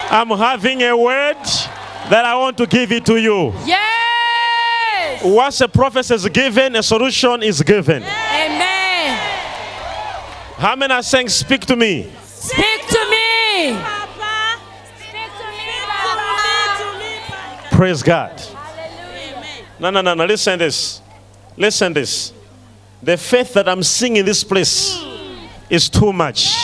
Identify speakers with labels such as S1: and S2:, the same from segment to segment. S1: I'm having a word that I want to give it to you.
S2: Yes.
S1: Once a prophecy is given, a solution is given.
S2: Amen.
S1: How many are saying, Speak to me?
S2: Speak to me.
S3: Papa, speak to me, Papa.
S1: Praise God.
S3: Hallelujah.
S1: No, no, no, no. Listen this. Listen this. The faith that I'm seeing in this place is too much.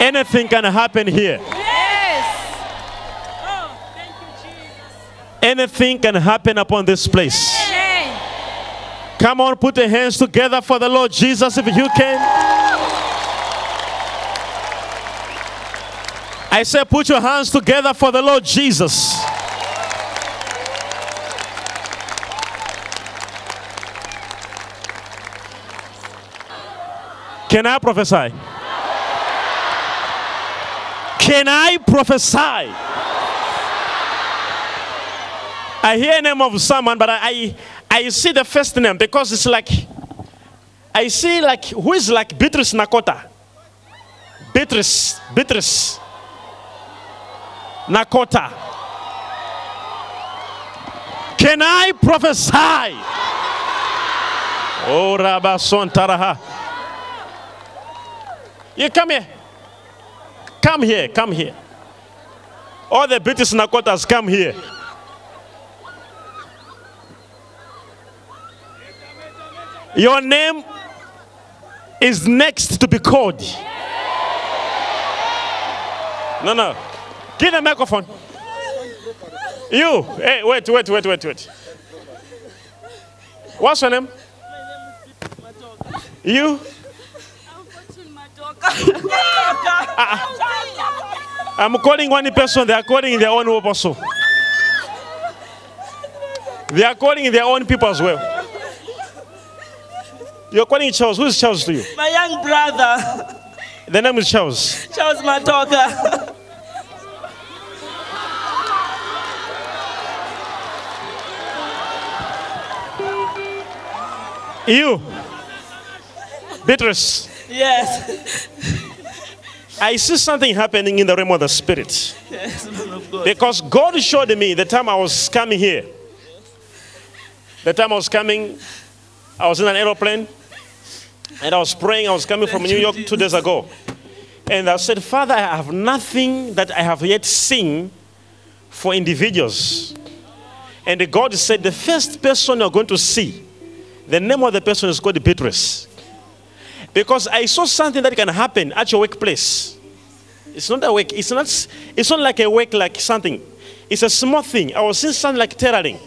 S1: Anything can happen here.
S2: Yes.
S3: Oh, thank you, Jesus.
S1: Anything can happen upon this place.
S2: Amen.
S1: Come on, put your hands together for the Lord Jesus if you can. I say, put your hands together for the Lord Jesus. Can I prophesy? Can I prophesy? I hear the name of someone, but I, I, I see the first name because it's like, I see like, who is like Beatrice Nakota? Beatrice, Beatrice Nakota. Can I prophesy? Oh, Rabason Taraha. You come here. Come here, come here. All the British Nakotas come here. Your name is next to be called. No, no. Give the microphone. You. Hey, wait, wait, wait, wait, wait. What's your name? You. I'm calling one person, they are calling their own person. They are calling their own people as well. You're calling Charles. Who is Charles to you?
S4: My young brother,
S1: The name is Charles.
S4: Charles Matoka.
S1: You. Beatrice,
S4: yes,
S1: I see something happening in the realm of the spirit.
S4: yes, man of God.
S1: Because God showed me the time I was coming here. The time I was coming, I was in an aeroplane and I was praying. I was coming from
S4: Thank
S1: New
S4: you,
S1: York two days ago. And I said, Father, I have nothing that I have yet seen for individuals. And God said, The first person you're going to see, the name of the person is called Beatrice. Because I saw something that can happen at your workplace. It's not a work. It's not. It's not like a work like something. It's a small thing. I was seeing something like tailoring.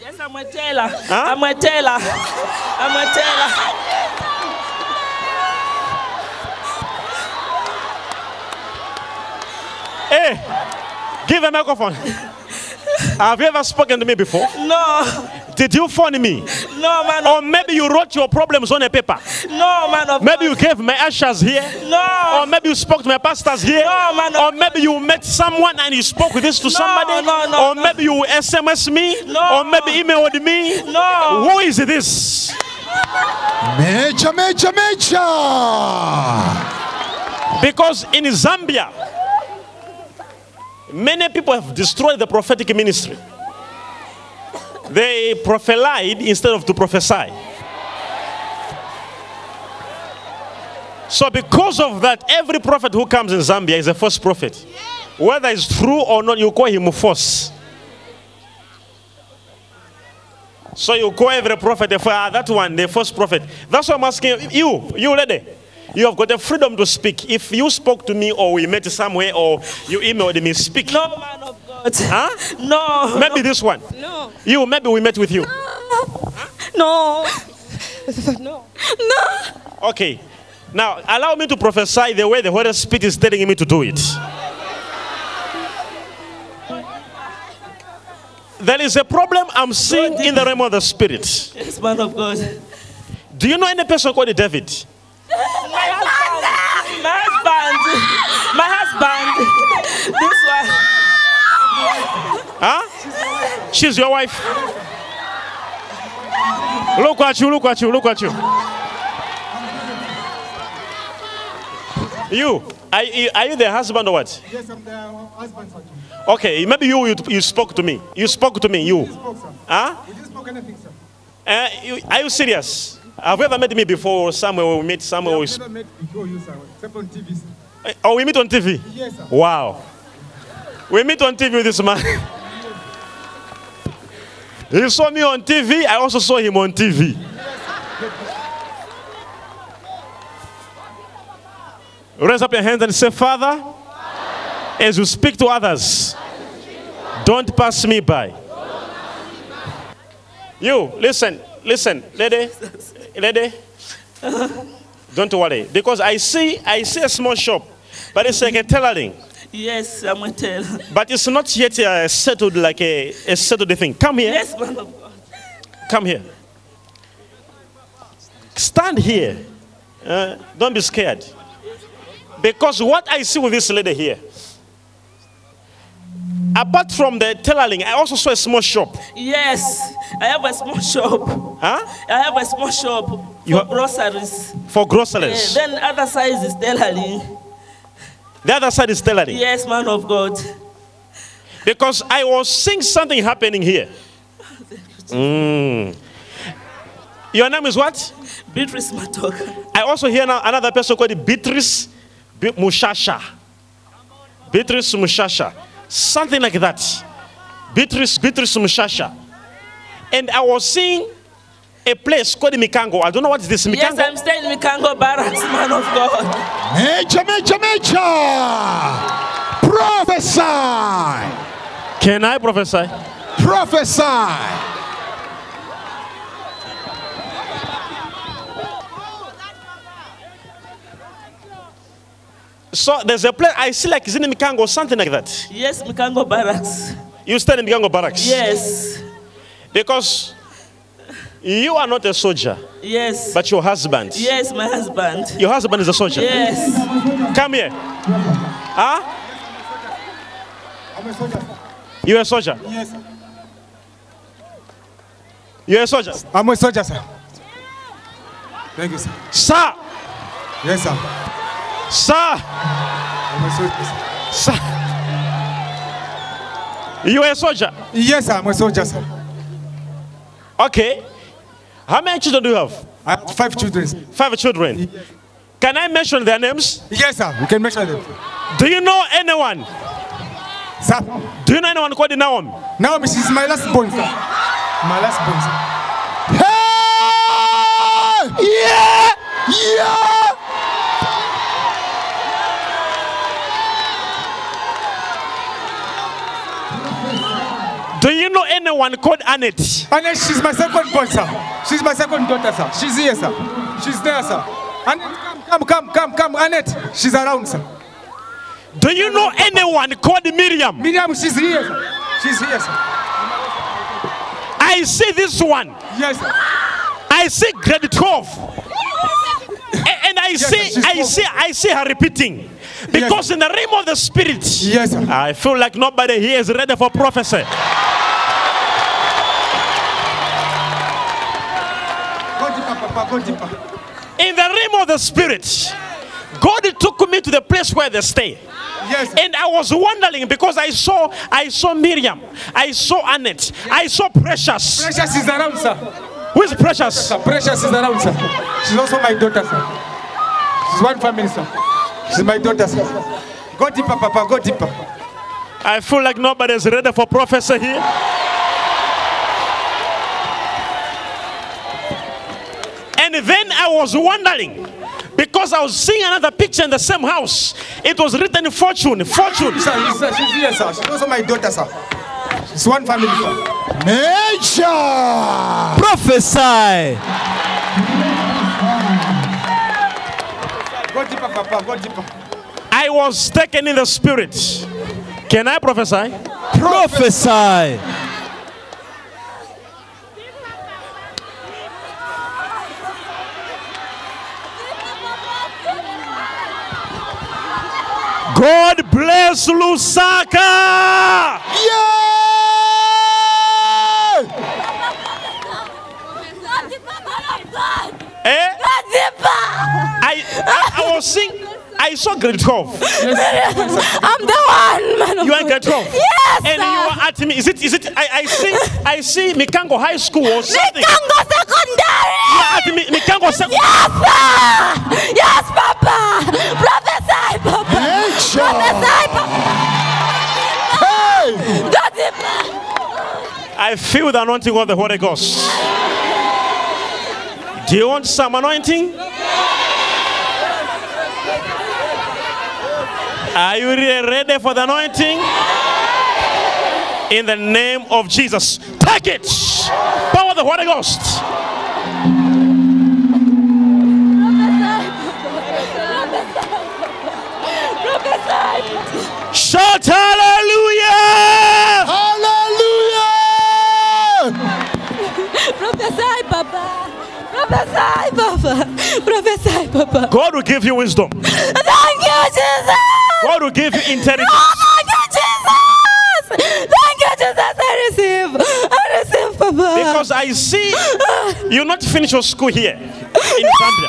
S4: Yes, I'm a tailor. I'm a tailor. I'm a tailor.
S1: Hey, give a microphone. Have you ever spoken to me before?
S4: No,
S1: Did you phone me?
S4: no, man.
S1: Or maybe you wrote your problems on a paper.
S4: No, man of
S1: Maybe you
S4: God.
S1: gave my ushers here. Or
S4: No,
S1: maybe you spoke to my pastors here.
S4: No, man.
S1: Or maybe you met someone and you spoke with this to
S4: No,
S1: somebody.
S4: no, no,
S1: or
S4: no.
S1: maybe you SMS me.
S4: No.
S1: Or maybe emailed me.
S4: No.
S1: Who is this?
S5: Mecha, mecha, mecha!
S1: Because in Zambia, many people have destroyed the prophetic ministry. They prophelied instead of to prophesy. So, because of that, every prophet who comes in Zambia is a false prophet. Whether it's true or not, you call him false. So you call every prophet a fire, that one, the first prophet. That's why I'm asking you, you lady. You have got the freedom to speak. If you spoke to me or we met somewhere or you emailed me, speak.
S4: no, man of God.
S1: Huh?
S4: No,
S1: Maybe this one.
S3: No.
S1: You, maybe we met with you.
S3: No. no. No.
S1: Okay. Now, allow me to prophesy the way the Holy Spirit is telling me to do it. There is a problem I'm seeing in the realm of the Spirit.
S4: yes, man of God.
S1: Do you know any person called David?
S4: My husband. My husband. My husband. This one.
S1: Huh? She's your wife. Look at you, look at you, look at you. You, are, you- are you the husband or what?
S6: Yes, uh, I'm the husband, sir.
S1: Okay, maybe you, you, you spoke to me. You spoke to me, you.
S6: Spoke, sir.
S1: Huh?
S6: We didn't spoke anything, sir.
S1: Uh, you are you serious? Have you ever met me before or somewhere? We meet somewhere. We
S6: I've never met before you, sir, except on TV, sir.
S1: sp- oh, we meet on TV?
S6: Yes, sir.
S1: Wow. We meet on TV with this man. he saw me on TV. I also saw him on TV. Raise up your hands and say, Father, as you speak to others, don't pass me by. You, listen, listen, lady, lady, don't worry. Because I see, I see a small shop, but it's like a tailoring.
S4: Yes, I'm a tailor.
S1: But it's not yet uh, settled like a, a settled thing. Come here.
S4: Yes, man of God.
S1: Come here. Stand here. Uh, don't be scared. Because what I see with this lady here, apart from the tailoring, I also saw a small shop.
S4: Yes, I have a small shop.
S1: Huh?
S4: I have a small shop
S1: You
S4: for
S1: have-
S4: groceries.
S1: For
S4: Eh,
S1: groceries.
S4: Then other side is tailoring.
S1: the other side is tailoring.
S4: Yes, man of God.
S1: Because I was seeing something happening here. Mm. Your name is what?
S4: Beatrice Matoka.
S1: I also hear now another person called Beatrice B- Mushasha. Beatrice Mushasha. Something like that. Beatrice, Beatrice Mushasha. And I was seeing a place called Mikango. I don't know what is this
S4: Yes,
S1: Mikango.
S4: I'm staying in Mikango Barracks, man of God.
S5: Mecha, mecha, mecha. Prophesy.
S1: Can I prophesy?
S5: Prophesy.
S1: So there's a place I see like is in Mikango, something like that.
S4: Yes, Mikango Barracks.
S1: You stand in Mikango barracks.
S4: Yes,
S1: Because you are not a soldier,
S4: yes,
S1: but your husband.
S4: yes, my husband.
S1: Your husband is a soldier.
S4: Yes,
S1: Come here. Huh?
S6: I'm a soldier, sir.
S1: You're a soldier.
S6: Yes, sir.
S1: You're a soldier.
S6: I'm a soldier, sir. Thank you, sir.
S1: Sir,
S6: Yes, sir.
S1: sir,
S6: I'm a soldier, sir.
S1: sir. You're a soldier.
S6: Yes, sir. I'm a soldier, sir.
S1: Okay. How many children do you have?
S6: I have five children. sir.
S1: Five children. Can I mention their names?
S6: Yes, sir. You can mention them.
S1: Do you know anyone?
S6: Sir,
S1: Do you know anyone called Naomi?
S6: now this is my last born, sir. My last born, sir.
S5: Hey! Yeah! Yeah!
S1: Do you know anyone called Annette?
S6: And then she's my second born, sir. She's my second daughter, sir. She's here, sir. She's there, sir. Annette, come, come, come, come, come, Annette. She's around, sir.
S1: Do you know anyone called Miriam?
S6: Miriam, she's here, sir. She's here, sir.
S1: I see this one.
S6: Yes, sir.
S1: I see grade 12. A- And I see,
S6: she's
S1: I
S6: small.
S1: see, I see her repeating. Because in the realm of the spirit,
S6: Yes, sir.
S1: I feel like nobody here is ready for prophecy.
S6: Go deeper, Papa. Go deeper.
S1: In the realm of the spirit, God took me to the place where they stay.
S6: Yes, sir.
S1: And I was wondering because I saw I saw Miriam, I saw Annette, I saw Precious.
S6: Precious is around, sir.
S1: Who is Precious?
S6: Sir, Precious is around, sir. She's also my daughter, sir. She's one family, sir. She's my daughter, sir. Go deeper, Papa. Go deeper.
S1: I feel like nobody is ready for prophecy here. And then I was wondering because I was seeing another picture in the same house. It was written fortune, fortune.
S6: Sir, she's, sir, she's here, sir. She's also my daughter, sir. She's one family, sir.
S5: Mecha!
S7: Prophesy.
S6: Go deeper, Papa. Go deeper.
S1: I was taken in the spirit. Can I prophesy?
S7: Prophesy.
S1: God bless Lusaka.
S5: Yeah!
S1: Eh? I, I, I was seeing, I saw grade 12.
S3: I'm the one, man. of
S1: You are in
S3: God.
S1: grade 12.
S3: Yes.
S1: And you
S3: sir.
S1: are at me. Is it, is it, I, I see, I see Mikango High School or something. You
S3: Kango secondary.
S1: are at Ah, Mi- Mikango Sec-
S3: Yes, sir. Yes, Papa. Prophesy, Papa.
S5: Angel.
S3: Prophesy, Papa.
S5: Hey.
S3: God is-
S1: I feel the anointing of the Holy Ghost. Do you want some anointing? Are you re- ready for the anointing? In the name of Jesus, take it. Power of the Holy Ghost. Shout hallelujah!
S5: Hallelujah.
S3: Prophesy, Papa. Prophesy, Papa. Prophesy, Papa.
S1: God will give you wisdom.
S3: Thank you, Jesus.
S1: God will give you intelligence.
S3: Oh, thank you, Jesus. Thank you, Jesus. I receive. I receive, Papa.
S1: Because I see you not finish your school here in Zambia.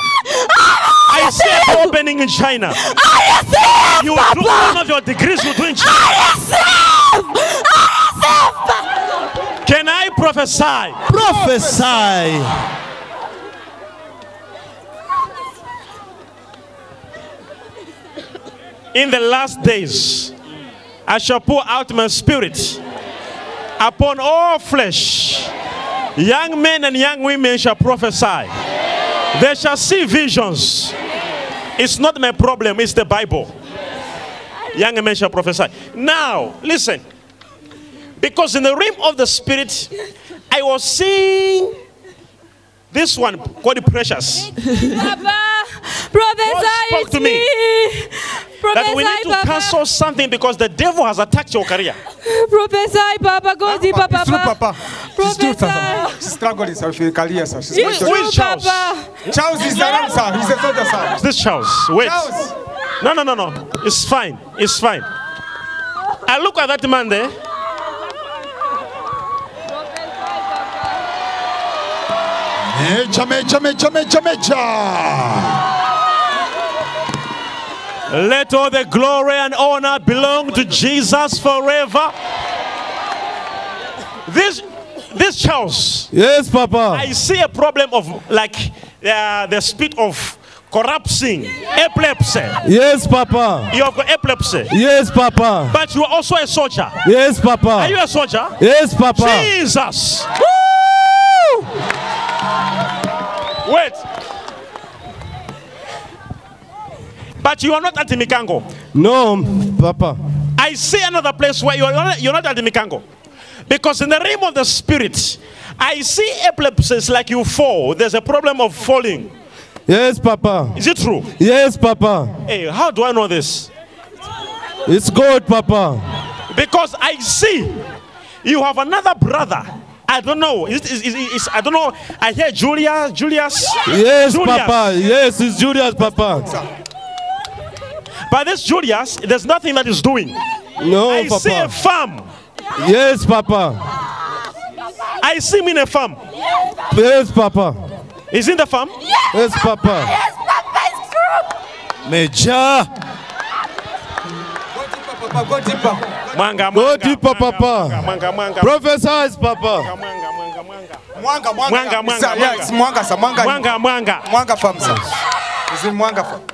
S1: I see it opening in China.
S3: I receive,
S1: You will do one
S3: Papa.
S1: of your degrees will do in
S3: I
S1: China.
S3: receive. I receive, Papa.
S1: Can I prophesy?
S7: Prophesy.
S1: In the last days, I shall pour out my spirit upon all flesh. Young men and young women shall prophesy. They shall see visions. It's not my problem, it's the Bible. Young men shall prophesy. Now, listen. Because in the realm of the spirit, I was seeing this one called Precious.
S2: Papa,
S1: God
S2: prophesy
S1: spoke
S2: it
S1: to me
S2: Prophesy,
S1: That we need to
S2: Papa.
S1: cancel something because the devil has attacked your career.
S2: Prophesy, Papa. Go deeper, Papa.
S6: It's true, Papa. She's true, sir.
S2: Prophesy.
S6: She's struggling, sir, with her career, sir. She's
S2: It's
S6: going
S1: Will
S2: true,
S6: to...
S1: Charles.
S2: Papa.
S6: Charles is around, sir. He's a soldier, sir.
S1: This Charles, wait.
S6: Charles.
S1: No, no, no, no. It's fine. It's fine. I look at that man there.
S5: Mecha, mecha, mecha, mecha, mecha.
S1: Let all the glory and honor belong to Jesus forever. This, this Charles,
S7: Yes, Papa.
S1: I see a problem of like uh, the speed of corrupting, epilepsy.
S7: Yes, Papa.
S1: You have got epilepsy,
S7: Yes, Papa.
S1: but you are also a soldier.
S7: Yes,
S1: Are you
S7: Papa.
S1: a soldier?
S7: Yes, Papa.
S1: Jesus. Wait. But you are not at Mikango.
S7: No, Papa.
S1: I see another place where you are not, you're not at Mikango. Because in the realm of the spirit, I see epilepsies like you fall. There's a problem of falling.
S7: Yes, Papa.
S1: Is it true?
S7: Yes, Papa.
S1: Hey, how do I know this?
S7: It's good, Papa.
S1: Because I see you have another brother. I don't know. Is, it- is, is, is- I don't know. I hear Julia, Julius.
S7: Yes,
S1: Julius.
S7: Papa. Yes, it's Julius, Papa.
S1: But this Julius, there's nothing that is doing.
S7: No,
S1: I see a
S7: Oh, Papa.
S1: farm.
S7: Yes, Papa.
S1: I see him in a farm.
S7: Yes, Papa.
S1: He's in the farm.
S7: Yes, Papa.
S3: Yes, Papa. It's true.
S7: Major.
S6: Go deeper, Papa. Go deeper.
S1: Manga, manga,
S7: Go deeper,
S1: manga,
S7: Papa.
S1: Manga, manga, manga,
S7: Prophesize, Papa.
S1: manga, manga, manga.
S6: Mwanga, Mwanga.
S1: Mwanga,
S6: It's, uh,
S1: Mwanga,
S6: Yeah, it's Mwanga, sir. Mwanga.
S1: Manga, manga.
S6: Mwanga farm, sir. It's in Mwanga farm.